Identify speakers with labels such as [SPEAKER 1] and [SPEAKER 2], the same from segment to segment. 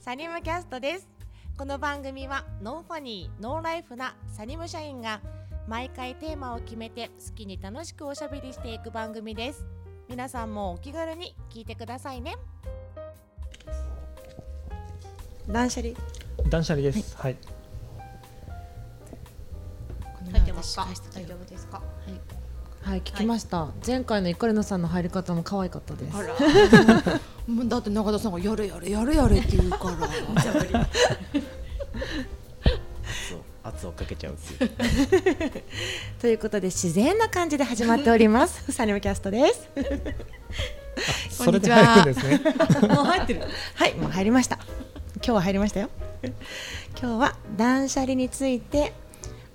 [SPEAKER 1] サニムキャストですこの番組はノンファニーノーライフなサニム社員が毎回テーマを決めて好きに楽しくおしゃべりしていく番組です皆さんもお気軽に聞いてくださいね
[SPEAKER 2] 断捨離こ
[SPEAKER 3] 断捨離です。はい。
[SPEAKER 2] の
[SPEAKER 1] 入
[SPEAKER 2] 前
[SPEAKER 1] ってます
[SPEAKER 2] 私
[SPEAKER 1] か
[SPEAKER 2] 返してた
[SPEAKER 1] 大
[SPEAKER 2] よ
[SPEAKER 1] 丈夫ですか
[SPEAKER 4] はい聞きました、前回のイカレナさんの入り方も可愛かったです
[SPEAKER 2] らもうだって中田さんがやるやるやるやるって言う から
[SPEAKER 5] 圧を圧をかけちゃうっていう。
[SPEAKER 4] ということで自然な感じで始まっております
[SPEAKER 2] サニムキャストです
[SPEAKER 3] それで入るんです ね。
[SPEAKER 4] もう入ってるはいもう入りました
[SPEAKER 2] 今日は入りましたよ
[SPEAKER 4] 今日は断捨離について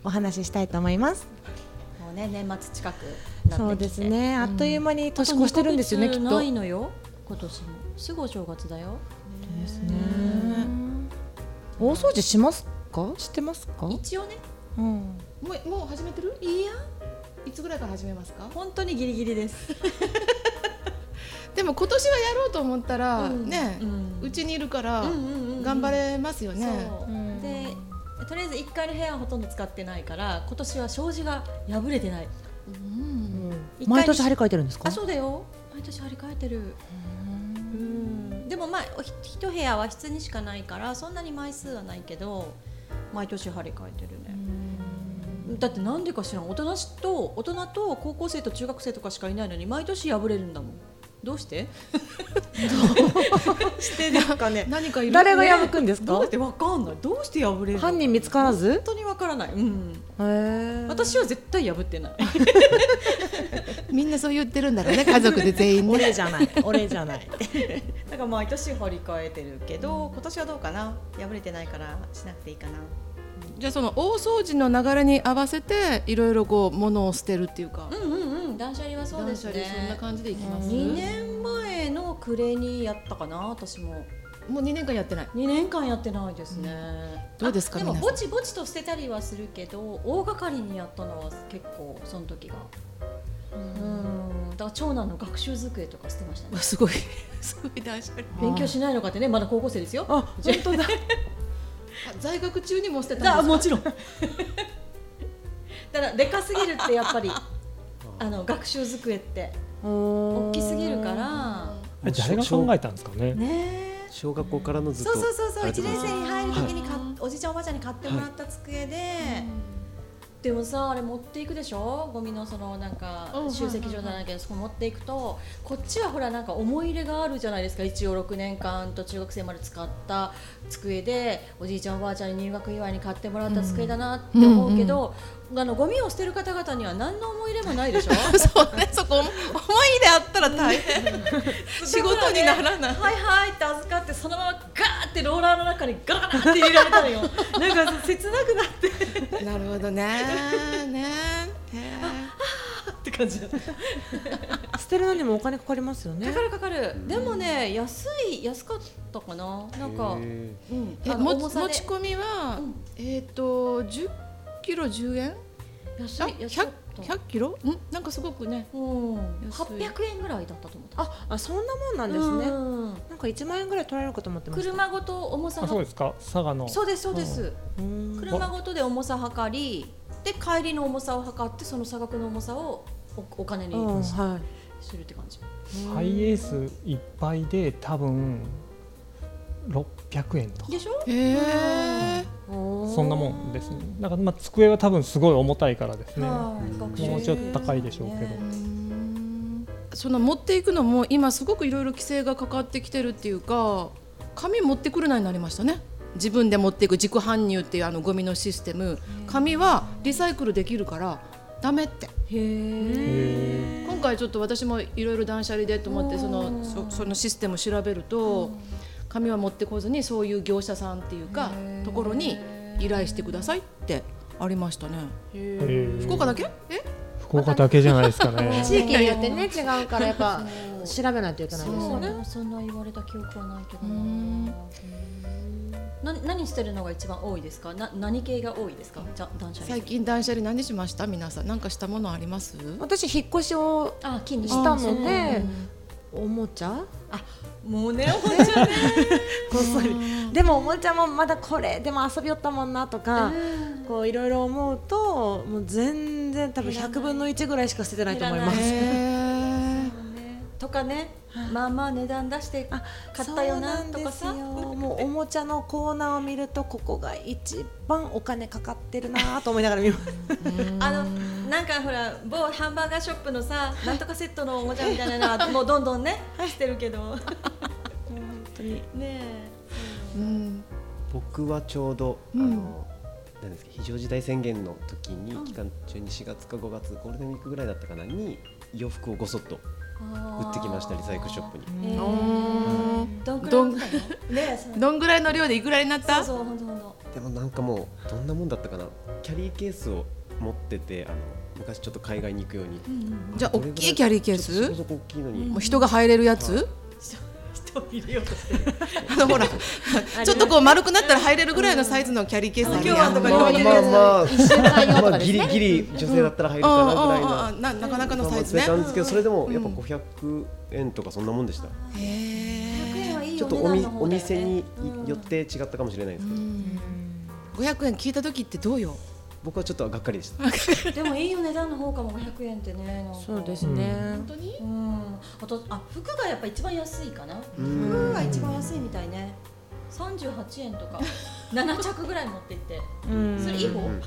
[SPEAKER 4] お話ししたいと思います
[SPEAKER 6] もうね年末近くなってきて
[SPEAKER 4] そうですねあっという間に年越
[SPEAKER 6] 年越
[SPEAKER 4] し
[SPEAKER 6] してて
[SPEAKER 4] る
[SPEAKER 6] る
[SPEAKER 4] ん
[SPEAKER 6] ん
[SPEAKER 4] で
[SPEAKER 6] ですす
[SPEAKER 4] よ
[SPEAKER 6] よ
[SPEAKER 4] ね
[SPEAKER 6] ね
[SPEAKER 4] き
[SPEAKER 6] き
[SPEAKER 4] っ
[SPEAKER 6] っ
[SPEAKER 4] と
[SPEAKER 6] といのよ今年もすぐお正月だよ
[SPEAKER 4] ですね大掃除しますかしてますか
[SPEAKER 6] 一応ね
[SPEAKER 4] うん
[SPEAKER 2] もうもう始めてる
[SPEAKER 6] いや
[SPEAKER 2] いつぐらいから始めますか
[SPEAKER 6] 本当にギリギリです
[SPEAKER 2] でも今年はやろうと思ったら、
[SPEAKER 6] うん
[SPEAKER 2] ね
[SPEAKER 6] うん
[SPEAKER 2] うち、にいるから
[SPEAKER 6] うんうんうんうん
[SPEAKER 2] 頑張れますよね、
[SPEAKER 6] そう
[SPEAKER 4] うん
[SPEAKER 6] でとりあえず1階の部屋はほとんど使ってないから今年は障子が破れてない
[SPEAKER 2] うん
[SPEAKER 6] 一回に
[SPEAKER 4] 毎年張り替えてるんですか
[SPEAKER 6] あそうだよ毎年張り替えてるうんでもまあおひ一部屋は室にしかないからそんなに枚数はないけど毎年張り替えてるねだってなんでか知らん大人しと大人と高校生と中学生とかしかいないのに毎年破れるんだもんどうしてどうしてですかね
[SPEAKER 2] 何かいる
[SPEAKER 4] 誰が破くんです
[SPEAKER 6] どう
[SPEAKER 4] か
[SPEAKER 6] してわかんないどうして破れるの
[SPEAKER 4] 犯人見つからず
[SPEAKER 6] 本当にわからない、うん、
[SPEAKER 4] へー
[SPEAKER 6] 私は絶対破ってない
[SPEAKER 2] みんなそう言ってるんだろうね家族で全 員ね
[SPEAKER 4] 俺じゃない俺じゃない
[SPEAKER 6] だから毎年張り替えてるけど、今年はどうかな破れてないからしなくていいかな
[SPEAKER 2] じゃあその大掃除の流れに合わせていろいろこう物を捨てるっていうか、
[SPEAKER 6] うんうんうん断捨離はそうです
[SPEAKER 2] 断捨離そんな
[SPEAKER 6] ね
[SPEAKER 2] 感じでいきます、
[SPEAKER 6] 2年前の暮れにやったかな私も
[SPEAKER 2] もう2年間やって ない
[SPEAKER 6] 2年間やってないですね、
[SPEAKER 2] どうですか
[SPEAKER 6] あでも
[SPEAKER 2] 皆さ
[SPEAKER 6] ぼちぼちと捨てたりはするけど大掛かりにやったのは結構その時がうんだから長男の学習机とか捨てましたね
[SPEAKER 2] すごいすごい断捨離
[SPEAKER 6] 勉強しないのかってねまだ高校生ですよ
[SPEAKER 4] あ本当 だ
[SPEAKER 2] あ在学中にも捨て
[SPEAKER 6] あ
[SPEAKER 2] たんです
[SPEAKER 6] もちろん ただでかすぎるってやっぱ りあの学習机って
[SPEAKER 4] 大
[SPEAKER 6] 大きすぎるから
[SPEAKER 3] あれ誰が考えたんですかね。
[SPEAKER 6] ねえ
[SPEAKER 5] 小学校からのずっ
[SPEAKER 6] そ
[SPEAKER 5] と。
[SPEAKER 6] うそうそうそう
[SPEAKER 5] あれ
[SPEAKER 6] 1
[SPEAKER 5] でも
[SPEAKER 6] 年生に入る時にか、おじいちゃんおばあちゃんに買ってもらった机で、でもさあれ持っていくでしょゴミのそのなんか
[SPEAKER 2] うん
[SPEAKER 6] 集積所じゃないけどそこ持っていくとこっちはほらなんか思い入れがあるじゃないですか一応6年間と中学生まで使った机でおじいちゃんおばあちゃんに入学祝いに買ってもらった机だなって思うけど、あのゴミを捨てる方々には何の思い入れもないで しょ
[SPEAKER 2] そうねそこ思いであったら 大変仕事にならない
[SPEAKER 6] はいはいって預かってそのままガーってローラーの中にガーって入れられたのよ なんか切なくなって
[SPEAKER 2] なるほどねねへ
[SPEAKER 6] って感じだっ た
[SPEAKER 4] 捨てるのにもお金かかりますよね
[SPEAKER 6] かかるかかるでもね安い安かったかななんか
[SPEAKER 5] へ
[SPEAKER 6] うん
[SPEAKER 2] え
[SPEAKER 6] あの
[SPEAKER 2] も
[SPEAKER 6] 重
[SPEAKER 2] 持
[SPEAKER 6] さで
[SPEAKER 2] ち込みは、
[SPEAKER 6] うん
[SPEAKER 2] えっ、と10キロ10円
[SPEAKER 6] 安
[SPEAKER 2] あ
[SPEAKER 6] い安かっ
[SPEAKER 2] 100
[SPEAKER 6] た
[SPEAKER 2] 100キロんなんかすごくね
[SPEAKER 6] うん
[SPEAKER 2] 安い
[SPEAKER 6] 800円ぐらいだったと思った
[SPEAKER 4] ああそんなもんなんですね
[SPEAKER 6] ね
[SPEAKER 4] なんか1万円ぐらい取られるかと思ってました
[SPEAKER 6] 車ごと重さ
[SPEAKER 3] あそう
[SPEAKER 6] が
[SPEAKER 3] ですか。佐賀の。
[SPEAKER 6] そうですそうです
[SPEAKER 4] うーん
[SPEAKER 6] 車ごとで重さ測りで帰りの重さを測ってその差額の重さをおお金
[SPEAKER 4] うん
[SPEAKER 6] に
[SPEAKER 4] はい
[SPEAKER 6] するって感じ
[SPEAKER 3] ハイエースいっぱいで多分六百円とか
[SPEAKER 6] でしょ
[SPEAKER 2] へえ
[SPEAKER 3] そんなもんですね。だからまあ机は多分すごい重たいからですね。
[SPEAKER 6] はい学習
[SPEAKER 3] もうちょっと高いでしょうけど
[SPEAKER 6] ね
[SPEAKER 2] その持っていくのも今すごくいろいろ規制がかかってきてるっていうか紙持ってくるなになりましたね自分で持っていく自己搬入っていうあのゴミのシステム紙はリサイクルできるからダメって
[SPEAKER 6] へえ
[SPEAKER 3] へ
[SPEAKER 2] 今回ちょっと私もいろいろ断捨離でと思って
[SPEAKER 6] おー
[SPEAKER 2] そのそそのシステムを調べると紙は持ってこずにそういう業者さんっていうかところに依頼してくださいってありましたね
[SPEAKER 3] ーへー
[SPEAKER 2] 福岡だけえ
[SPEAKER 3] 福岡だけじゃないですかね。
[SPEAKER 4] 地域によってね違うからやっ ぱ調べないといけないです
[SPEAKER 6] そ
[SPEAKER 4] よ
[SPEAKER 6] う
[SPEAKER 4] ね
[SPEAKER 6] ね、そんな言われた記憶はないけどな。な何してるのが一番多いですか？な何系が多いですか？じゃ断捨離。
[SPEAKER 2] 最近断捨離何しました皆さんなんかしたものあります
[SPEAKER 4] 私引っ越しを
[SPEAKER 6] あ金に
[SPEAKER 4] したのでおもちゃ
[SPEAKER 6] もうねおもちゃね、
[SPEAKER 4] こっそりでもおもちゃもまだこれでも遊びよったもんなとか、こういろいろ思うともう全然多分
[SPEAKER 6] いらない
[SPEAKER 4] 100分の1ぐらいしか捨ててないと思いま
[SPEAKER 6] いら
[SPEAKER 4] す。
[SPEAKER 2] へ
[SPEAKER 6] とかね、まあまあ値段出して
[SPEAKER 4] あ
[SPEAKER 6] 買ったよな
[SPEAKER 4] そう
[SPEAKER 6] と
[SPEAKER 4] んで
[SPEAKER 6] か
[SPEAKER 4] す
[SPEAKER 6] さ
[SPEAKER 4] よもうおもちゃのコーナーを見るとここが一番お金かかってるなと思いながら見 ます。
[SPEAKER 6] あのなんかほら某ハンバーガーショップのさなんとかセットのおもちゃみたいなのはもうどんどんねしてるけど本当に ね
[SPEAKER 2] ーうん
[SPEAKER 5] 僕はちょうど、
[SPEAKER 2] うん
[SPEAKER 5] あの何ですか非常事態宣言の時に、期間中に4月か5月ゴールデンウィークぐらいだったかなに洋服をごそっと売ってきましたリサイクルショップに
[SPEAKER 6] に、え
[SPEAKER 2] お
[SPEAKER 6] ー、どんくら
[SPEAKER 2] ど
[SPEAKER 6] い
[SPEAKER 2] ん
[SPEAKER 6] 売ったのねその
[SPEAKER 2] どんぐらいの量でいくらになった
[SPEAKER 6] そうそう本当本
[SPEAKER 5] でもなんかもうどんなもんだったかなキャリーケースを持っててあの昔ちょっと海外に行くように
[SPEAKER 2] じゃあ大きいキャリーケー
[SPEAKER 5] ちょっとそ
[SPEAKER 2] ス
[SPEAKER 5] こそこ大きいのに、
[SPEAKER 2] もう人が入れるやつ
[SPEAKER 6] 当人入れようとして
[SPEAKER 2] あのほらちょっとこう丸くなったら入れるぐらいのサイズのキャリーケースあるやん
[SPEAKER 6] あの今日はとか言われて
[SPEAKER 5] まあまあ
[SPEAKER 7] 一週間用と
[SPEAKER 5] ま
[SPEAKER 7] か
[SPEAKER 5] あ
[SPEAKER 7] です
[SPEAKER 5] ギリ
[SPEAKER 7] ね。
[SPEAKER 5] ギリ女性だったら入るかなぐらいの、
[SPEAKER 2] うんうんうんうんななかなかのサイズ
[SPEAKER 5] ま
[SPEAKER 2] ね
[SPEAKER 5] あまあそういう感じですけどそれでもやっぱ500円とかそんなもんでした、
[SPEAKER 6] 100円はいい
[SPEAKER 5] ち
[SPEAKER 6] お
[SPEAKER 5] ょっと
[SPEAKER 6] 値
[SPEAKER 5] お
[SPEAKER 6] 段
[SPEAKER 5] み
[SPEAKER 6] の方
[SPEAKER 5] お
[SPEAKER 6] だよ
[SPEAKER 5] 店
[SPEAKER 6] ね
[SPEAKER 5] によって違ったかもしれないですけど、
[SPEAKER 2] 500円聞いた時ってどうよ
[SPEAKER 5] 僕はちょっとがっかりでした
[SPEAKER 6] でもいいお値段の方かも500円ってねなんか
[SPEAKER 4] すね。
[SPEAKER 2] 本当に
[SPEAKER 6] うんあとあ服がやっぱ一番安いかな
[SPEAKER 5] うん
[SPEAKER 6] 服が一番安いみたいね38円 とか7着ぐらい持っていって
[SPEAKER 4] うん
[SPEAKER 6] それいい方
[SPEAKER 5] うん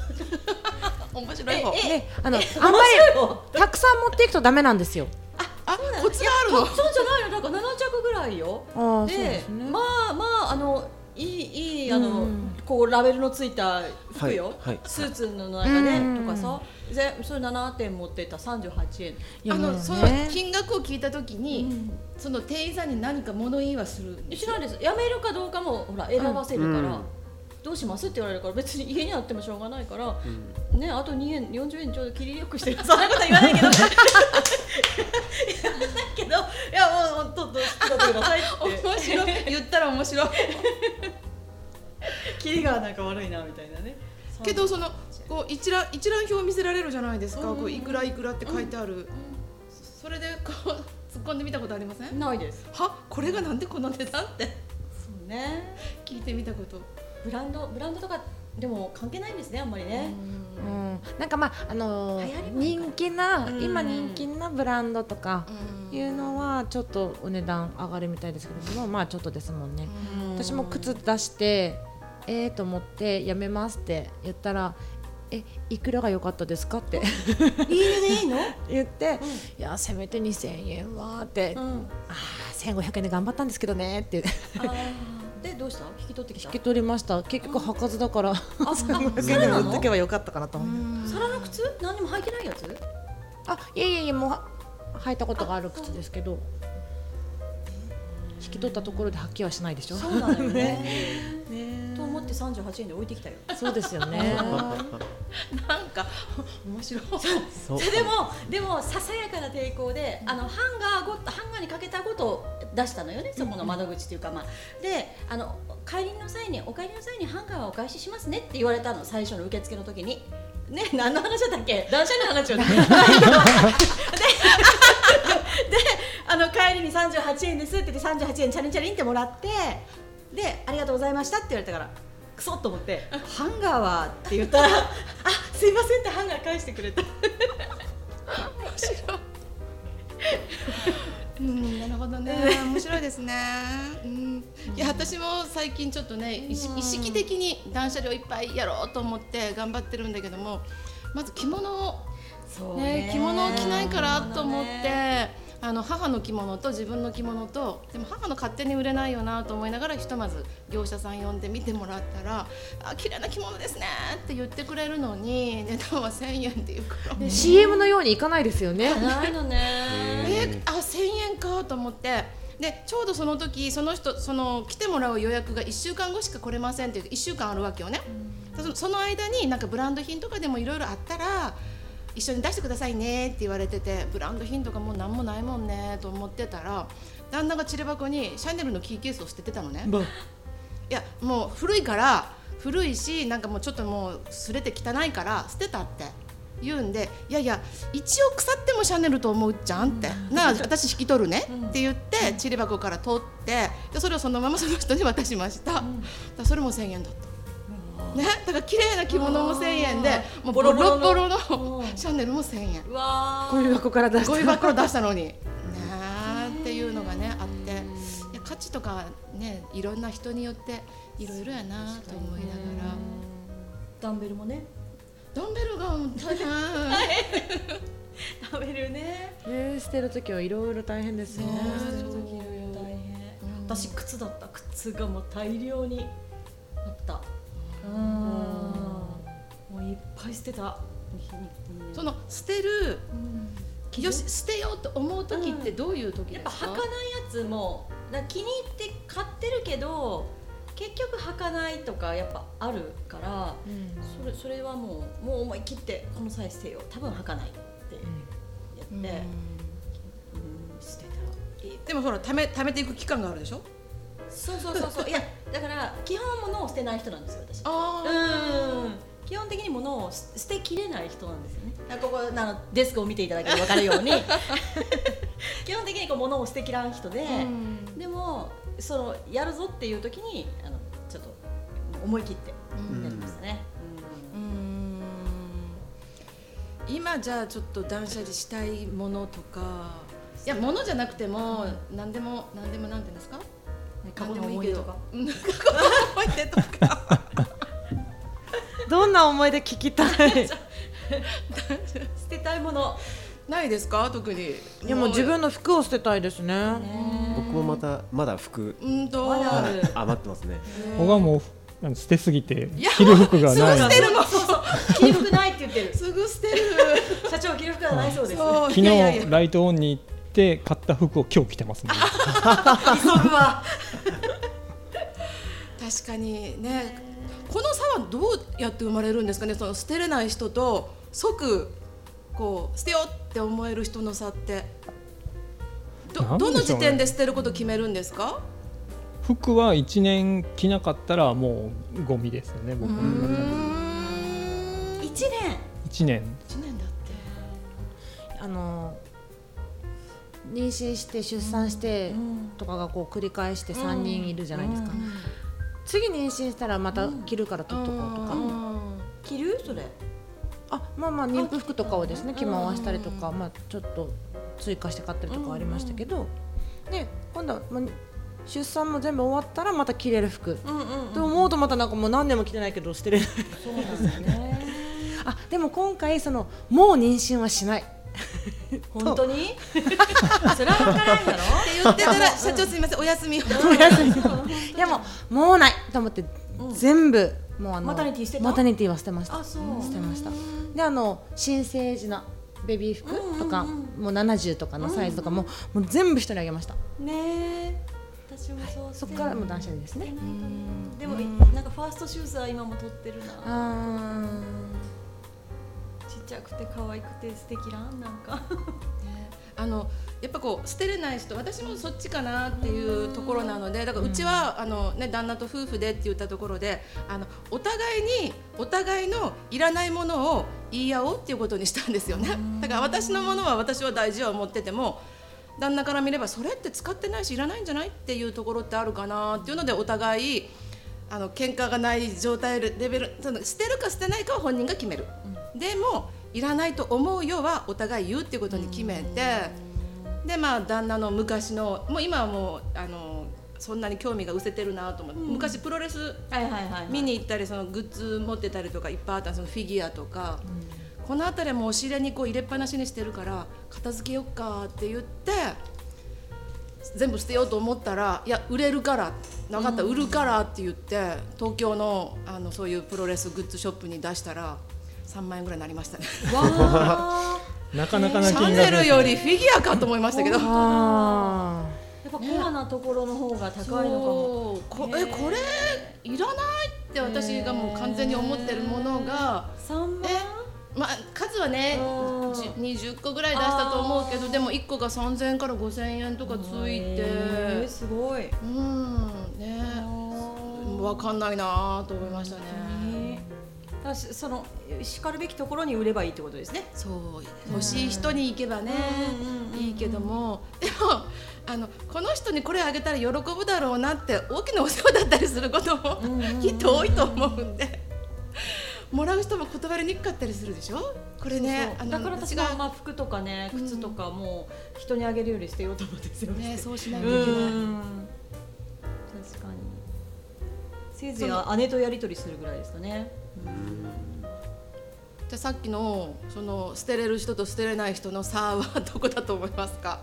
[SPEAKER 2] 面白い方
[SPEAKER 6] え
[SPEAKER 4] であのあ
[SPEAKER 6] あ
[SPEAKER 4] ん
[SPEAKER 6] ん
[SPEAKER 4] ま
[SPEAKER 6] ま
[SPEAKER 4] り
[SPEAKER 6] りそ
[SPEAKER 4] たくさん持っていくとダメなんですよ。
[SPEAKER 2] あコツがあるの
[SPEAKER 6] うじゃないのだから7着ぐらいよ
[SPEAKER 4] あ
[SPEAKER 6] でまあまああのいいいいあの、
[SPEAKER 4] うん
[SPEAKER 6] こうラベルのついた服よ、
[SPEAKER 5] はいはい
[SPEAKER 6] スーツの中で、
[SPEAKER 4] うん
[SPEAKER 6] とかさぜそれ7点持ってった38円
[SPEAKER 2] あのその
[SPEAKER 4] ね
[SPEAKER 2] 金額を聞いた時に、その店員さんに何か物言いはするんです
[SPEAKER 6] しないですやめるかどうかもほら選ばせるから、
[SPEAKER 5] うん
[SPEAKER 6] どうしますって言われるから別に家にあってもしょうがないから、ねあと2円40円ちょうど切りよくしてるそんなこと言わないけど言わないけどいやもうもうちょっと作ってください って
[SPEAKER 2] 面白い言ったら面白い
[SPEAKER 6] 切りがなんか悪いなみたいなね
[SPEAKER 2] けどそのこう一覧一覧表見せられるじゃないですか、
[SPEAKER 6] うん
[SPEAKER 2] こういくらいくらって書いてある、それでこう突っ込んでみたことありません
[SPEAKER 6] ないです
[SPEAKER 2] はこれがなんでこの値段って
[SPEAKER 6] そうね
[SPEAKER 2] 聞いてみたこと
[SPEAKER 6] ブランドブランドとかでも関係ないんですねあんまりね、
[SPEAKER 4] うん、なんかまああのー
[SPEAKER 6] 流行りもあるから
[SPEAKER 4] 人気な、
[SPEAKER 6] うん
[SPEAKER 4] 今人気なブランドとか
[SPEAKER 2] い
[SPEAKER 4] いうのはちょっとお値段上がるみたいですけれどもまあちょっとですもんね。私も靴出してえーと思ってやめますって言ったらえいくらが良かったですかって
[SPEAKER 6] いいのでいいの、
[SPEAKER 4] 言って、いやせめて2000円はって、
[SPEAKER 6] う
[SPEAKER 4] あ
[SPEAKER 6] ん、
[SPEAKER 4] あー1500円で頑張ったんですけどねって
[SPEAKER 6] あーでどうした引き取ってきた
[SPEAKER 4] 引き取りました結局履かずだから、
[SPEAKER 6] あそ
[SPEAKER 4] 1500
[SPEAKER 6] れ
[SPEAKER 4] 円
[SPEAKER 6] な
[SPEAKER 4] で売っと
[SPEAKER 6] の
[SPEAKER 4] けば良かったかなと思って、
[SPEAKER 6] 皿の靴何にも履いてないやつ
[SPEAKER 4] あいえいえいえもうは履いたことがある靴ですけど引き取ったところで履きはしないでしょ
[SPEAKER 6] そうなのよねと思って38円で置いてきたよ
[SPEAKER 4] そうですよね
[SPEAKER 2] なんか面白い
[SPEAKER 5] そう
[SPEAKER 6] ででもでもささやかな抵抗であのハンガーごハンガーにかけたことを出したのよねそこの窓口というか、まあ、であの帰りの際にお帰りの際にハンガーはお返ししますねって言われたの最初の受付の時に。ね、何の話だったっけ断捨離の 話よねでであの帰りに38円ですって言って38円チャリンチャリンってもらってでありがとうございましたって言われたからクソッと思ってハンガーはって言ったらあすいませんってハンガー返してくれた
[SPEAKER 2] うん、なるほど ね、面白いですね。うん、いや、私も最近ちょっとね、意識意識的に断捨離をいっぱいやろうと思って頑張ってるんだけども。まず着物を、
[SPEAKER 6] そう
[SPEAKER 2] ね着物を着ないからと思って。あの母の着物と自分の着物とでも母の勝手に売れないよなと思いながらひとまず業者さん呼んで見てもらったら「あ綺麗な着物ですね」って言ってくれるのに値段は1,000円っていうから、
[SPEAKER 4] CM のようにいかないですよね
[SPEAKER 6] ないのね
[SPEAKER 5] へ
[SPEAKER 2] えーあ1000円かと思ってでちょうどその時その人その来てもらう予約が1週間後しか来れませんっていう1週間あるわけよね、そのその間になんかブランド品とかでもいろいろあったら一緒に出してくださいねって言われててブランド品とかもう何もないもんねと思ってたら旦那が散れ箱にシャネルのキーケースを捨ててたのね。いやもう古いから古いしなんかもうちょっともうすれて汚いから捨てたって言うんで「いやいや一応腐ってもシャネルと思うじゃん」って「なあ私引き取るね」って言ってちり箱から取ってでそれをそのままその人に渡しました、だからそれも1,000円だった。ね、だから綺麗な着物も1,000円でもうボロボロのシャネルも1,000円
[SPEAKER 6] うわ
[SPEAKER 4] こういう箱から出して
[SPEAKER 2] ゴミ箱を出したのに。ねえっていうのがねあっていや価値とかねいろんな人によっていろいろやなと思いながら
[SPEAKER 6] ダンベルもね
[SPEAKER 2] ダンベルが大変
[SPEAKER 6] ダンベルね
[SPEAKER 4] ね捨てる時はいろいろ大変ですよね
[SPEAKER 6] 大変私靴だった靴がもう大量にあったうんもういっぱい捨てた
[SPEAKER 2] その捨てる
[SPEAKER 6] うん
[SPEAKER 2] よし捨てようと思う時ってどういう時
[SPEAKER 6] やっ
[SPEAKER 2] で
[SPEAKER 6] ぱ
[SPEAKER 2] すか
[SPEAKER 6] 履かないやつもだから気に入って買ってるけど結局履かないとかやっぱあるからそれそれはもうもう思い切ってこの際捨てよう多分履かないってやって、うん捨てたいい
[SPEAKER 2] でもほら貯め貯めていく期間があるでしょ
[SPEAKER 6] そうそうそう そういやだから基本物を捨てない人なんですよ私
[SPEAKER 2] あ
[SPEAKER 6] うん基本的に物を捨捨てきれない人なんですよねだからここあのデスクを見ていただければ分かるように 基本的にこう物を捨てきらん人で、でもそのやるぞっていう時にあのちょっと思い切ってやりましたね、
[SPEAKER 2] 今じゃあちょっと断捨離したいものとかいやものじゃなくても何でも何でもなんていうんですか
[SPEAKER 6] うん、
[SPEAKER 2] 過去の
[SPEAKER 6] 何でも
[SPEAKER 2] 思
[SPEAKER 6] い
[SPEAKER 2] い
[SPEAKER 6] いけ
[SPEAKER 2] 出
[SPEAKER 6] ど
[SPEAKER 2] とかうん過去の思い出とか
[SPEAKER 4] どんな思い出聞きたい い
[SPEAKER 6] 捨てたいもの、
[SPEAKER 2] ないですか特に
[SPEAKER 4] やもう自分の服を捨てたいですね
[SPEAKER 5] 僕もまたまだ服
[SPEAKER 2] うんと
[SPEAKER 6] まだある
[SPEAKER 5] 余ってますね
[SPEAKER 3] 僕はもうあの捨てすぎて
[SPEAKER 2] や
[SPEAKER 3] 着る服が
[SPEAKER 2] す
[SPEAKER 3] な
[SPEAKER 2] ぐ
[SPEAKER 3] い
[SPEAKER 2] 捨てるの
[SPEAKER 6] 着る服ないって言ってる
[SPEAKER 2] すぐ捨てる
[SPEAKER 6] 社長着る服はないそうです
[SPEAKER 2] そう
[SPEAKER 3] 昨
[SPEAKER 2] いやいやいや
[SPEAKER 3] 日ライトオンに行って買った服を今日着てますね
[SPEAKER 6] 急ぐわ
[SPEAKER 2] 確かにねこの差はどうやって生まれるんですかねその捨てれない人と即こう捨てようって思える人の差って
[SPEAKER 3] な
[SPEAKER 2] ど
[SPEAKER 3] んでしょ
[SPEAKER 2] ど
[SPEAKER 3] うね
[SPEAKER 2] の時点で捨てること決めるんですか
[SPEAKER 3] 服は1年着なかったらもうゴミですよね僕
[SPEAKER 6] 一年
[SPEAKER 3] 1年
[SPEAKER 2] 1年だって
[SPEAKER 4] あの妊娠して出産してとかがこう繰り返して3人いるじゃないですか、次妊娠したらまた着るから取っとこうとか、
[SPEAKER 6] 着るそれ
[SPEAKER 4] あまあまあ妊婦服とかをですね着回したりとか、まあ、ちょっと追加して買ったりとかありましたけど、で今度は、まあ、出産も全部終わったらまた着れる服、と思うとまたなんかもう何年も着てないけど捨てれない
[SPEAKER 6] そうですね
[SPEAKER 4] あでも今回そのもう妊娠はし ない
[SPEAKER 6] 本当にそれは分からんだろ
[SPEAKER 2] って言ってたら社長すみませんお休 みを
[SPEAKER 4] いやもうもうないと思って、全部もうあの
[SPEAKER 6] マタニティ捨てた
[SPEAKER 4] マタニティは捨てました
[SPEAKER 6] あそう
[SPEAKER 4] 捨てましたであの新生児のベビー服とか、もう70とかのサイズとかも,、もう全部人にあげました
[SPEAKER 6] ねえ私もそう
[SPEAKER 4] そこからもう断捨離ですね
[SPEAKER 6] でもなんかファーストシューズは今も取ってるな
[SPEAKER 4] あ
[SPEAKER 6] ちっちゃくて可愛くて素敵らんなんか
[SPEAKER 2] あのやっぱこう捨てれない人私もそっちかなっていうところなのでだからうちは、あのね、旦那と夫婦でって言ったところであのお互いにお互いのいらないものを言い合おうっていうことにしたんですよねだから私のものは私は大事は思ってても旦那から見ればそれって使ってないしいらないんじゃないっていうところってあるかなっていうのでお互いあの喧嘩がない状態レベルその捨てるか捨てないかは本人が決める、でもいらないと思うようはお互い言うっていうことに決めて、でまあ旦那の昔のもう今はもうあのそんなに興味が失せてるなと思って、昔プロレス
[SPEAKER 6] はいはいはい
[SPEAKER 2] 見に行ったりそのグッズ持ってたりとかいっぱいあったそのフィギュアとか、この辺りはもう押し入れにこう入れっぱなしにしてるから片付けよっかって言って全部捨てようと思ったらいや売れるからなかった売るからって言って東京のあのそういうプロレスグッズショップに出したら3万円ぐらいになりましたね。
[SPEAKER 6] わあ
[SPEAKER 3] なかなかな
[SPEAKER 2] シ
[SPEAKER 3] 気
[SPEAKER 2] ャ
[SPEAKER 3] に
[SPEAKER 2] ネ
[SPEAKER 3] な
[SPEAKER 2] ル
[SPEAKER 3] る
[SPEAKER 2] よりフィギュアかと思いましたけど。
[SPEAKER 4] ーあ
[SPEAKER 6] やっぱコアなところの方が高いのかも
[SPEAKER 2] そうこえこれいらないって私がもう完全に思ってるものが、
[SPEAKER 6] 三万
[SPEAKER 2] えまあ、数はね
[SPEAKER 6] うん
[SPEAKER 2] じゅ20個ぐらい出したと思うけどでも1個が3000円から5000円とかついて
[SPEAKER 6] えーすごい
[SPEAKER 2] うんね
[SPEAKER 6] あー
[SPEAKER 2] 分かんないなと思いましたね。
[SPEAKER 6] ねだからしその叱るべきところに売ればいいってことですね。
[SPEAKER 2] そう欲しい人に行けばね、いいけどもでもあのこの人にこれあげたら喜ぶだろうなって大きなお世話だったりすることもきっと多いと思うんでもらう人も断りにくかったりするでしょこれね
[SPEAKER 6] そうだから私がまあ服とかね
[SPEAKER 2] うん
[SPEAKER 6] 靴とかもう人にあげるより捨てようと思ってですよ
[SPEAKER 2] ねそうしないといけない。
[SPEAKER 6] ん確かにせいぜい姉とやり取りするぐらいですかね
[SPEAKER 2] じゃあさっきのその捨てれる人と捨てれない人の差はどこだと思いますか。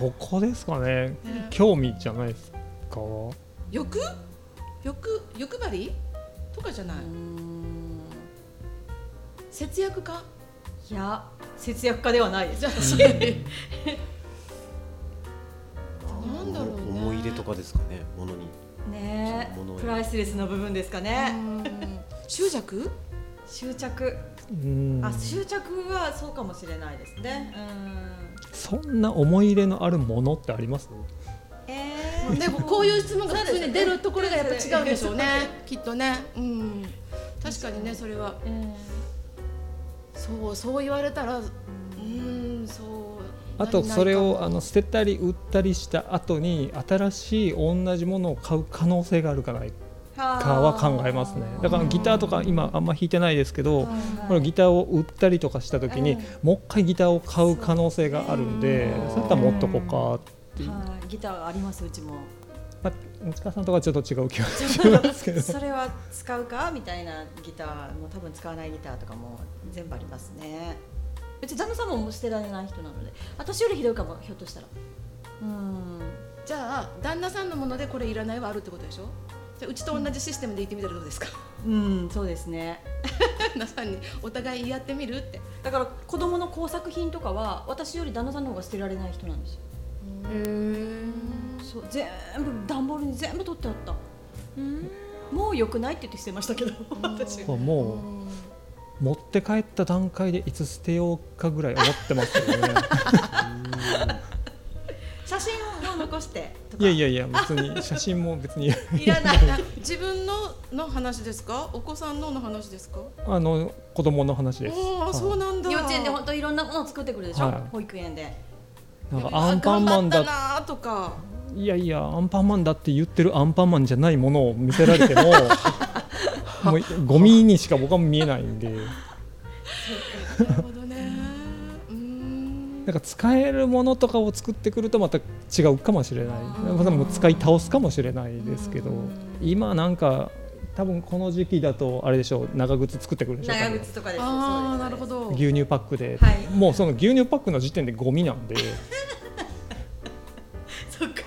[SPEAKER 3] どこですかね興味じゃないですか
[SPEAKER 2] 欲欲欲張りとかじゃない。節約か。
[SPEAKER 6] いや節約家ではないです
[SPEAKER 2] じゃあしなんだろうね
[SPEAKER 5] 思い入れとかですかねものに
[SPEAKER 6] ね
[SPEAKER 5] そう物を
[SPEAKER 6] プライスレスの部分ですかね
[SPEAKER 2] うん執着？
[SPEAKER 6] 執着
[SPEAKER 3] うん
[SPEAKER 6] あ執着はそうかもしれないですね
[SPEAKER 3] そんな思い入れのあるものってあります
[SPEAKER 6] うんえ
[SPEAKER 2] でもこういう質問が普通に出るところがやっぱ
[SPEAKER 6] そうですね
[SPEAKER 2] 違うんでしょうね。きっとね。うん。確かにねそれはそうそう言われたらうんそう。
[SPEAKER 3] あとそれ
[SPEAKER 2] 何々
[SPEAKER 3] を
[SPEAKER 2] か
[SPEAKER 3] あの捨てたり売ったりした後に新しい同じものを買う可能性があるかないかは考えますねだからギターとか今あんま弾いてないですけどこのギターを売ったりとかした時にもう一回ギターを買う可能性があるんで
[SPEAKER 2] そうですね
[SPEAKER 3] そういったら持っとこうかっていう、ま
[SPEAKER 6] はいギターありますうちも
[SPEAKER 3] あ、大塚さんとかちょっと違う気がしますけど
[SPEAKER 6] それは使うかみたいなギターも多分使わないギターとかも全部ありますね別に旦那さんも捨てられない人なので私よりひどいかもひょっとしたらうん
[SPEAKER 2] じゃあ旦那さんのものでこれいらないはあるってことでしょじゃあうちと同じシステムで言ってみたらどうですか
[SPEAKER 6] うんそうですね
[SPEAKER 2] 旦那さんにお互い言い合ってみるって
[SPEAKER 6] だから子供の工作品とかは私より旦那さんの方が捨てられない人なんですよそう全部段ボールに全部取ってあったもう良くないって言って捨てましたけど私
[SPEAKER 3] そうもう持って帰った段階でいつ捨てようかぐらい思ってますよ ね
[SPEAKER 6] 写真を残してとか
[SPEAKER 3] いやいやいや別に写真も別に
[SPEAKER 2] いらないな自分のの話ですかお子さんのの話ですか
[SPEAKER 3] あの子供の話です
[SPEAKER 2] ああそうなんだ
[SPEAKER 6] 幼稚園で本当いろんなものを作ってくるでしょ、
[SPEAKER 3] はい
[SPEAKER 6] 保育園で
[SPEAKER 3] なんかアンパンマンだ
[SPEAKER 2] あ頑張ったなーとか
[SPEAKER 3] いやいやアンパンマンだって言ってるアンパンマンじゃないものを見せられて ももうゴミにしか僕は見えないんで
[SPEAKER 2] なるほどねうーん
[SPEAKER 3] なんか使えるものとかを作ってくるとまた違うかもしれないまたもう使い倒すかもしれないですけど今なんか多分この時期だとあれでしょう長靴作ってくるでしょ
[SPEAKER 6] 長靴とかですよ
[SPEAKER 2] ああなる
[SPEAKER 6] そうです
[SPEAKER 2] ほど
[SPEAKER 3] 牛乳パックで、
[SPEAKER 6] はい
[SPEAKER 3] もうその牛乳パックの時点でゴミなんで
[SPEAKER 6] そうですそっか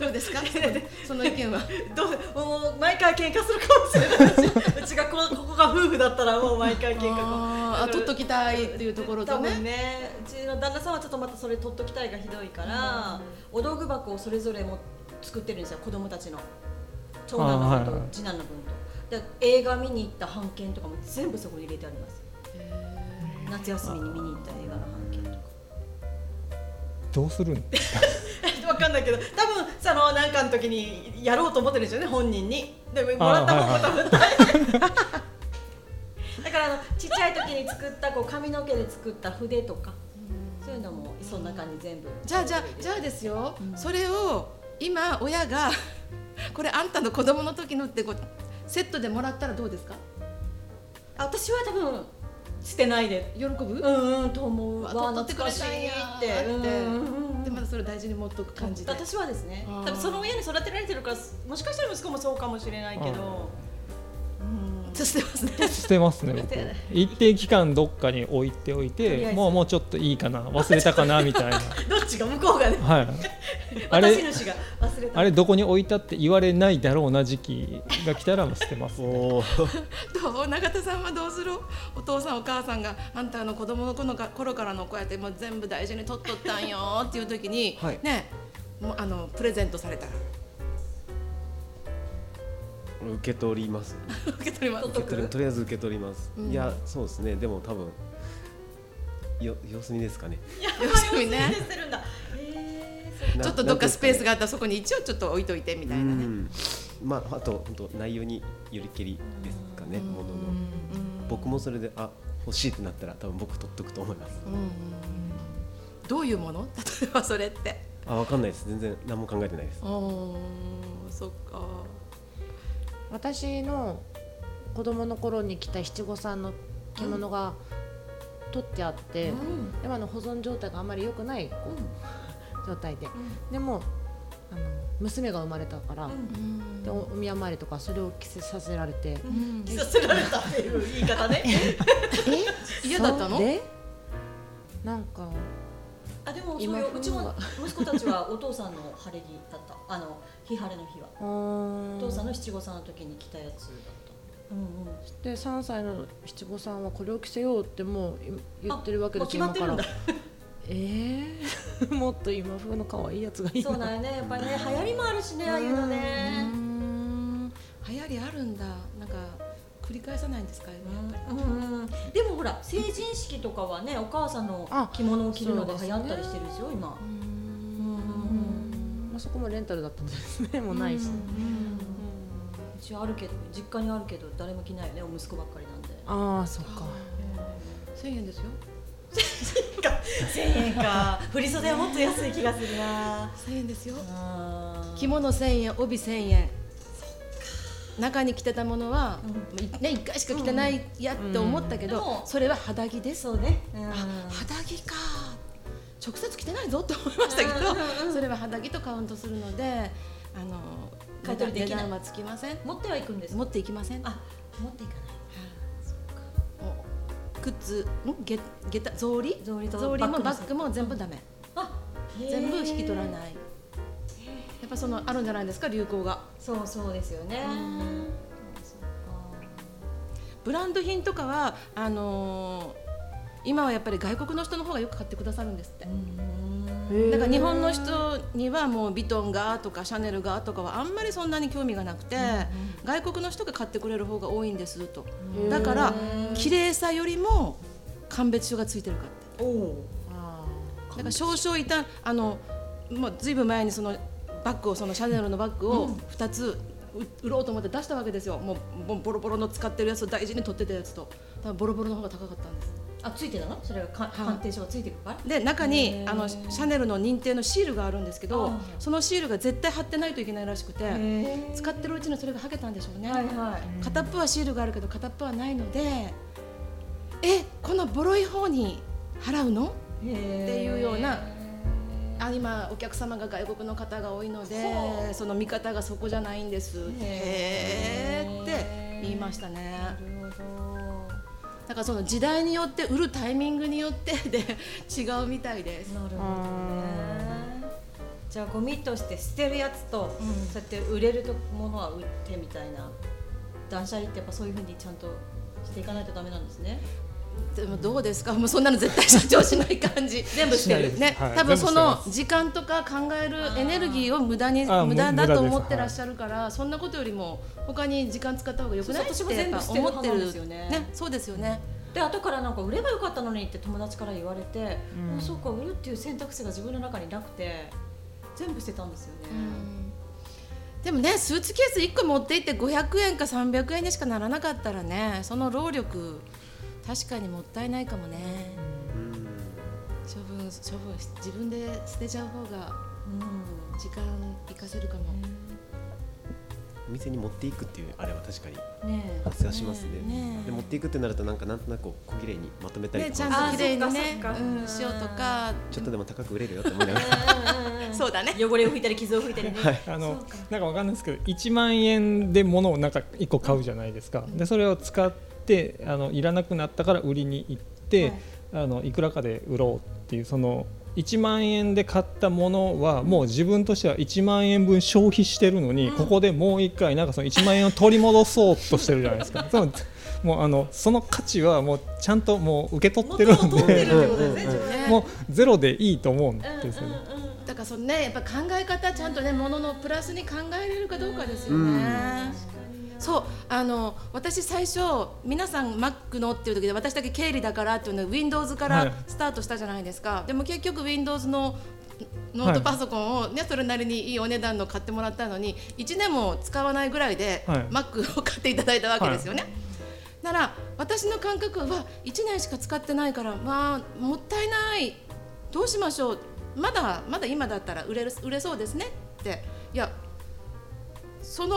[SPEAKER 2] どうですかその その意見は
[SPEAKER 6] どうもう毎回喧嘩するかもしれないしうちがこここが夫婦だったらもう毎回喧嘩
[SPEAKER 2] あーあ取っときたいっていうところと
[SPEAKER 6] 多
[SPEAKER 2] ね
[SPEAKER 6] 分ねうちの旦那さんはちょっとまたそれ取っときたいがひどいから、お道具箱をそれぞれも作ってるんですよ子供たちの長男の分と
[SPEAKER 3] あーはいはい
[SPEAKER 6] 次男の分とで映画見に行った版権とかも全部そこに入れてあります夏休みに見に行った映画の版権とか
[SPEAKER 3] どうするんです
[SPEAKER 6] 分かんないけど多分そのなんかの時にやろうと思ってるんですよね本人にでももらった方も多分大変だからあのちっちゃい時に作ったこう髪の毛で作った筆とかそういうのもその中に全部
[SPEAKER 2] じゃあじゃあじゃあですよ、それを今親がこれあんたの子供の時のってこうセットでもらったらどうですか
[SPEAKER 6] あ私は多分捨てないで
[SPEAKER 2] 喜ぶ、
[SPEAKER 6] うんうんと思う
[SPEAKER 2] わ
[SPEAKER 6] わ
[SPEAKER 2] 取って
[SPEAKER 6] 懐
[SPEAKER 2] く
[SPEAKER 6] か
[SPEAKER 2] れ
[SPEAKER 6] しい
[SPEAKER 2] たんやー
[SPEAKER 6] って
[SPEAKER 2] って
[SPEAKER 6] うんうんうん
[SPEAKER 2] でまだそれを大事に持っとく感じで
[SPEAKER 6] 私はですね
[SPEAKER 2] あー
[SPEAKER 6] 多分その親に育てられてるからもしかしたら息子もそうかもしれないけどうん
[SPEAKER 2] そうして ますね
[SPEAKER 3] 捨てますね僕
[SPEAKER 6] 捨てない
[SPEAKER 3] 一定期間どっかに置いておい
[SPEAKER 6] とりあえ
[SPEAKER 3] て
[SPEAKER 6] ず
[SPEAKER 3] もうもうちょっといいかな忘れたかなみ たいな
[SPEAKER 6] どっちが向こうがね
[SPEAKER 3] はいあ
[SPEAKER 6] 私
[SPEAKER 3] れ
[SPEAKER 6] 主が忘れた
[SPEAKER 3] あれどこに置いたって言われないだろうな時期が来たらもう捨てますね、
[SPEAKER 5] おお
[SPEAKER 2] どう永田さんはどうするお父さんお母さんがあんたの子供の頃か頃からのこうやってもう全部大事に取っとったんよーっていう時に、
[SPEAKER 5] はい
[SPEAKER 2] ねもうあのプレゼントされたら
[SPEAKER 5] 受け取ります
[SPEAKER 2] 受け取ります
[SPEAKER 5] 受け 取りとりあえず受け取ります、
[SPEAKER 2] うん
[SPEAKER 5] いやそうですねでも多分よ様子見ですかね
[SPEAKER 2] よしみね
[SPEAKER 6] 捨てるんだへー
[SPEAKER 5] な
[SPEAKER 2] ちょっとどっかスペースがあったらそこに一応ちょっと置いといてみたいなね
[SPEAKER 5] なんていうんですかねまああと本当内容によりけりですかねものの僕もそれであ欲しいってなったら多分僕取っとくと思います
[SPEAKER 2] うんうんどういうもの 例えばそれって
[SPEAKER 5] あわかんないです全然何も考えてないです
[SPEAKER 2] あーそっか
[SPEAKER 4] 私の子供の頃に着た七五三の着物が取ってあって、でもあの保存状態があんまり良くないこう状態で、でもあの娘が生まれたから、でおお宮参りとかそれを着せさせられて、
[SPEAKER 6] 着させられたっていう言い方ね
[SPEAKER 2] 嫌だったの
[SPEAKER 4] でなんか
[SPEAKER 6] あでもそう
[SPEAKER 4] 今
[SPEAKER 6] よ
[SPEAKER 4] 風
[SPEAKER 6] うちも
[SPEAKER 4] は
[SPEAKER 6] 息子たちはお父さんの晴れ着だったあの日晴れの日は
[SPEAKER 4] う
[SPEAKER 6] お
[SPEAKER 4] ーん
[SPEAKER 6] 父さんの七五三の時に着たやつだったうんうん
[SPEAKER 4] で3歳の七五三はこれを着せようってもうい言ってるわけ
[SPEAKER 6] も
[SPEAKER 4] で
[SPEAKER 6] う
[SPEAKER 4] す
[SPEAKER 6] 決まってるんだ
[SPEAKER 4] えー もっと今風の可愛いやつがいいな
[SPEAKER 6] そうだよねやっぱりね流行りもあるしねああいうのね
[SPEAKER 2] うん流行りあるんだなんか繰り返さないんですかやっぱり
[SPEAKER 6] うんうんうんでもほら成人式とかはねお母さんの
[SPEAKER 4] あ
[SPEAKER 6] 着物を着るのが流行ったりしてるんですよ今
[SPEAKER 4] まあ、そこもレンタルだったんですねもうないし、
[SPEAKER 6] うちあるけど実家にあるけど誰も着ないよねお息子ばっかりなんで
[SPEAKER 4] ああそっか
[SPEAKER 2] 千円ですよ
[SPEAKER 6] 1000円か振り袖はもっと安い気がするな
[SPEAKER 2] 千円ですよ
[SPEAKER 6] あ
[SPEAKER 2] 着物1000円帯1000円中に着てたものは、ね、1回しか着てないやって思ったけど、
[SPEAKER 6] うんでも
[SPEAKER 2] それは肌着です、
[SPEAKER 6] そうね、うん、
[SPEAKER 2] あ肌着か直接着てないぞって思いましたけど、それは肌着とカウントするのであの
[SPEAKER 6] 買い取りで
[SPEAKER 2] 値
[SPEAKER 6] きない
[SPEAKER 2] 段はつきません
[SPEAKER 6] 持ってはいくんです
[SPEAKER 2] 持っていきません
[SPEAKER 6] あ持っていかない
[SPEAKER 2] お靴んげ下駄草履
[SPEAKER 6] 草履と
[SPEAKER 2] も
[SPEAKER 6] バ
[SPEAKER 2] バ
[SPEAKER 6] ッ
[SPEAKER 2] ッ
[SPEAKER 6] グ
[SPEAKER 2] グも全部ダメ、
[SPEAKER 6] あ
[SPEAKER 2] 全部引き取ら
[SPEAKER 6] い
[SPEAKER 2] ないやっぱそのあるんじゃないですか流行が
[SPEAKER 6] そうそうですよね
[SPEAKER 2] ブランド品とかはあのー今はやっぱり外国の人の方がよく買ってくださるんですって、だから日本の人にはもうヴィトンがとかシャネルがとかはあんまりそんなに興味がなくて、外国の人が買ってくれる方が多いんですと、だから綺麗さよりも鑑別書がついてるかって
[SPEAKER 6] おお
[SPEAKER 2] だから少々いたあの、まあ、ずいぶん前にそのバッグをそのシャネルのバッグを2つう売ろうと思って出したわけですよもうもうボロボロの使ってるやつを大事に取ってたやつと多分ボロボロの方が高かったんです
[SPEAKER 6] あついてたのそれがか鑑定書がついてくるから
[SPEAKER 2] で中にあのシャネルの認定のシールがあるんですけ
[SPEAKER 6] あ
[SPEAKER 2] ど
[SPEAKER 6] ー
[SPEAKER 2] そのシールが絶対貼ってないといけないらしくて
[SPEAKER 6] へ
[SPEAKER 2] 使ってるうちにそれがはけたんでしょうね、
[SPEAKER 6] えはいはい
[SPEAKER 2] 片っぽはシールがあるけど片っぽはないのでえこのボロい方に払うの
[SPEAKER 6] って
[SPEAKER 2] っていうようなあ今お客様が外国の方が多いのでその見方がそこじゃないんですへえって言いましたねだからその時代によって売るタイミングによって で違うみたいです
[SPEAKER 6] なるほどねじゃあゴミとして捨てるやつと、そうやって売れるとものは売ってみたいな断捨離ってやっぱそういうふうにちゃんとしていかないとダメなんですね
[SPEAKER 2] でもどうですかもう そんなの絶対社長しない感じ全部
[SPEAKER 3] しないです
[SPEAKER 2] ね、
[SPEAKER 3] はい
[SPEAKER 2] 多分その
[SPEAKER 3] 全部捨てます
[SPEAKER 2] 時間とか考えるエネルギーを無駄に
[SPEAKER 3] あー
[SPEAKER 2] 無
[SPEAKER 3] む
[SPEAKER 2] 駄
[SPEAKER 3] 無駄
[SPEAKER 2] だ
[SPEAKER 3] です
[SPEAKER 2] と思ってらっしゃるから、そんなことよりも他に時間使った方が良くない
[SPEAKER 6] そうそう
[SPEAKER 2] ってやっぱ
[SPEAKER 6] 私も全部
[SPEAKER 2] 思
[SPEAKER 6] 捨
[SPEAKER 2] っ
[SPEAKER 6] る派
[SPEAKER 2] てて
[SPEAKER 6] なん
[SPEAKER 2] る
[SPEAKER 6] ですよね
[SPEAKER 2] そうですよね
[SPEAKER 6] で後からなんか売ればよかったのにって友達から言われて、あそうか売るっていう選択肢が自分の中になくて全部捨てたんですよね、
[SPEAKER 2] でもねスーツケース1個持っていって500円か300円にしかならなかったらねその労力確かにもったいないかもね処分処分し自分で捨てちゃう方が
[SPEAKER 6] うん
[SPEAKER 2] 時間生かせるかも、
[SPEAKER 5] お店に持っていくっていうあれは確かに
[SPEAKER 6] ねえ
[SPEAKER 5] 発生はしますね
[SPEAKER 2] ねえ
[SPEAKER 5] で持っていくってなるとなんかなんとなくこう小綺麗にまとめたり
[SPEAKER 2] ね
[SPEAKER 5] と
[SPEAKER 2] ちゃ
[SPEAKER 5] か、
[SPEAKER 2] んと綺麗に
[SPEAKER 6] あそ
[SPEAKER 2] ね
[SPEAKER 6] っかそっか
[SPEAKER 2] うんしようとか
[SPEAKER 5] ちょっとでも高く売れるよって思いながら
[SPEAKER 2] そうだね
[SPEAKER 6] 汚れを拭いたり傷を拭いたりね、
[SPEAKER 3] あのなんかわかんないですけど1万円で物をなんか1個買うじゃないですか、でそれを使ってあのいらなくなったから売りに行って、
[SPEAKER 6] はい
[SPEAKER 3] い、あのいくらかで売ろうっていうその1万円で買ったものはもう自分としては1万円分消費してるのに、ここでもう1回なんかその1万円を取り戻そうとしてるじゃないで すかそのもうあのその価値はもうちゃんともう受け取ってるん
[SPEAKER 6] 元を取って
[SPEAKER 3] で
[SPEAKER 6] るってことですね自分で
[SPEAKER 3] もうゼロでいいと思うんですよね。
[SPEAKER 2] だからそのねやっぱ考え方ちゃんとねもののプラスに考えれるかどうかですよね。そうあの私最初皆さん Mac のっていう時で私だけ経理だからっていうので Windows か
[SPEAKER 3] はい
[SPEAKER 2] らスタートしたじゃないですか、でも結局 Windows のノートパソコンを、ね、それなりにいいお値段の買ってもらったのに1年も使わないぐらいで
[SPEAKER 3] はい
[SPEAKER 2] Mac を買っていただいたわけですよね。なら私の感覚は1年しか使ってないから、まあ、もったいないどうしましょうまだまだ今だったら売れる売れそうですねっていやその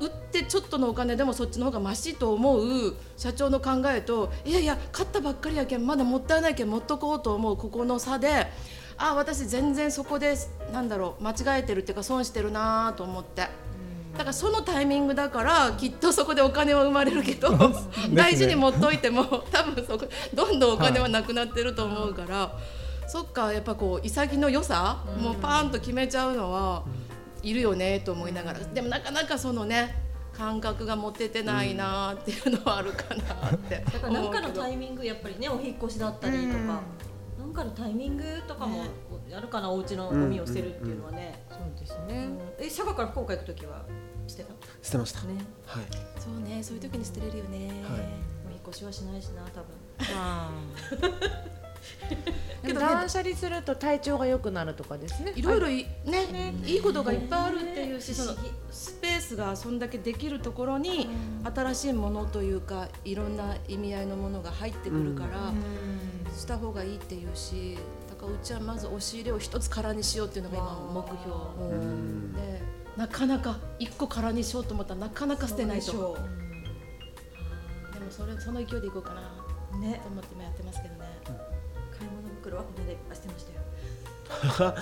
[SPEAKER 2] 売ってちょっとのお金でもそっちの方がマシと思う社長の考えといやいや買ったばっかりやけんまだもったいないけん持っとこうと思うここの差であ私全然そこでなんだろう間違えてるっていうか損してるなと思って。だからそのタイミングだからきっとそこでお金は生まれるけど大事に持っといても多分そこどんどんお金はなくなってると思うから、そっかやっぱこう潔の良さ、もうパーンと決めちゃうのはいるよねと思いながら、でもなかなかそのね感覚が持ててないなっていうのはあるかなって
[SPEAKER 6] だから
[SPEAKER 2] 思
[SPEAKER 6] 何
[SPEAKER 2] う
[SPEAKER 6] か
[SPEAKER 2] け
[SPEAKER 6] の
[SPEAKER 2] ど
[SPEAKER 6] タイミングやっぱりねお引っ越しだったりとか、なんかのタイミングとかもやるかなお家のゴミを捨てるっていうのはね、
[SPEAKER 4] そうですね
[SPEAKER 6] え佐賀から福岡行く時はしてた
[SPEAKER 5] 捨てました、
[SPEAKER 6] ね
[SPEAKER 5] はい
[SPEAKER 2] そうねそういう時に捨てれるよね、
[SPEAKER 6] お引っ越しはしないしな多分
[SPEAKER 4] まあけど断捨離すると体調が良くなるとかですね
[SPEAKER 2] い、ろい
[SPEAKER 4] ろ
[SPEAKER 2] ろいねいいことがいっぱいあるっていうし、
[SPEAKER 6] ね
[SPEAKER 2] その
[SPEAKER 6] 不思議
[SPEAKER 2] スペースがそんだけできるところに新しいものというかいろんな意味合いのものが入ってくるから、した方がいいっていうしだからうちはまず押し入れを一つ空にしようっていうのが今目標でなかなか一個空にしようと思ったらなかなか捨てないと
[SPEAKER 6] そうで
[SPEAKER 2] でもそれその勢いでいこうかな
[SPEAKER 6] しょうね
[SPEAKER 2] と思って今やってますけどね
[SPEAKER 6] 買い物袋はこの間いっぱい捨てましたよ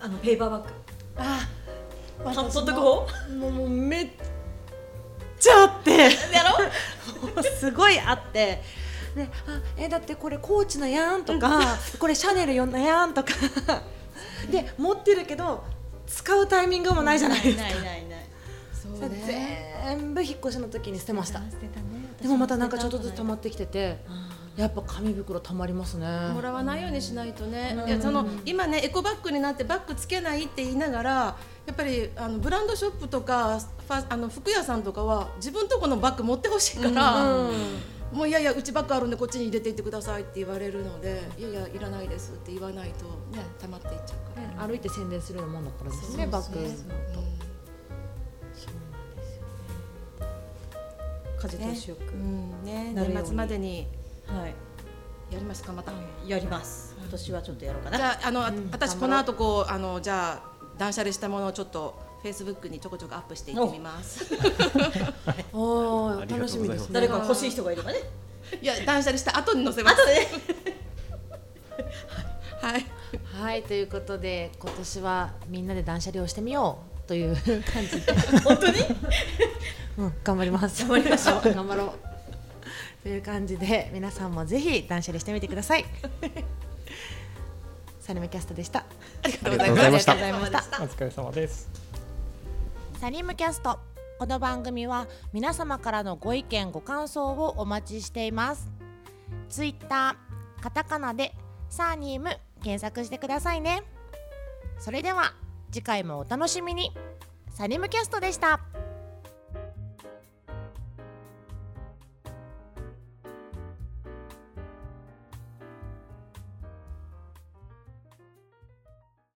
[SPEAKER 6] あのペーパーバッグ
[SPEAKER 2] あ
[SPEAKER 6] 買っとっとこ
[SPEAKER 4] もうもうめっちゃあって
[SPEAKER 6] うやろ
[SPEAKER 4] もう すごいあって。ね、あえだってこれコーチのやんとか これシャネルよのやんとか で持ってるけど使うタイミングもないじゃないですか
[SPEAKER 6] ないないない
[SPEAKER 2] そうね
[SPEAKER 4] 全部引っ越しの時に捨てました
[SPEAKER 6] 捨てたね
[SPEAKER 4] でもまたなんかちょっとずつ溜まってきててやっぱ紙袋溜まりますね
[SPEAKER 2] もらわないようにしないとね、いやその今ねエコバッグになってバッグつけないって言いながらやっぱりあのブランドショップとかファあの服屋さんとかは自分とこのバッグ持ってほしいから、もういやいやうちバッグあるんでこっちに入れていってくださいって言われるのでいやいやいらないですって言わないとね溜まっていっちゃうから。
[SPEAKER 4] ね歩いて宣伝するようなもんだからで
[SPEAKER 2] そう
[SPEAKER 4] す
[SPEAKER 2] そう
[SPEAKER 4] ねバッグ
[SPEAKER 6] 家事と主欲、
[SPEAKER 2] うんうんね
[SPEAKER 6] なるように
[SPEAKER 2] 年末までに
[SPEAKER 6] はい
[SPEAKER 2] やりますかまた。
[SPEAKER 6] やります今年はちょっとやろうか
[SPEAKER 2] じ
[SPEAKER 6] な
[SPEAKER 2] ゃああの、私この後こうあのじゃあ断捨離したものをちょっとフェイスブックにちょこちょこアップしていってみます。
[SPEAKER 4] お
[SPEAKER 5] あ
[SPEAKER 4] ー
[SPEAKER 5] りが
[SPEAKER 4] 楽
[SPEAKER 5] と
[SPEAKER 4] し
[SPEAKER 5] うご
[SPEAKER 4] みで
[SPEAKER 5] ざいますす
[SPEAKER 4] ね
[SPEAKER 6] 誰か欲しい人がいればね
[SPEAKER 2] いや断捨離した後に載せます。 はい。
[SPEAKER 4] はいということで今年はみんなで断捨離をしてみようという 感じで
[SPEAKER 6] 本当に
[SPEAKER 4] うん頑張ります頑張りましょう 頑張ろうという感じで皆さんもぜひ断捨離してみてくだ さいサニムキャストでした
[SPEAKER 5] ありがとうございました
[SPEAKER 4] ありがとうございました
[SPEAKER 3] お疲れ様です
[SPEAKER 1] サニムキャストこの番組は皆様からのご意見ご感想をお待ちしていますツイッターカタカナでサニーム検索してくださいねそれでは次回もお楽しみにサニムキャストでした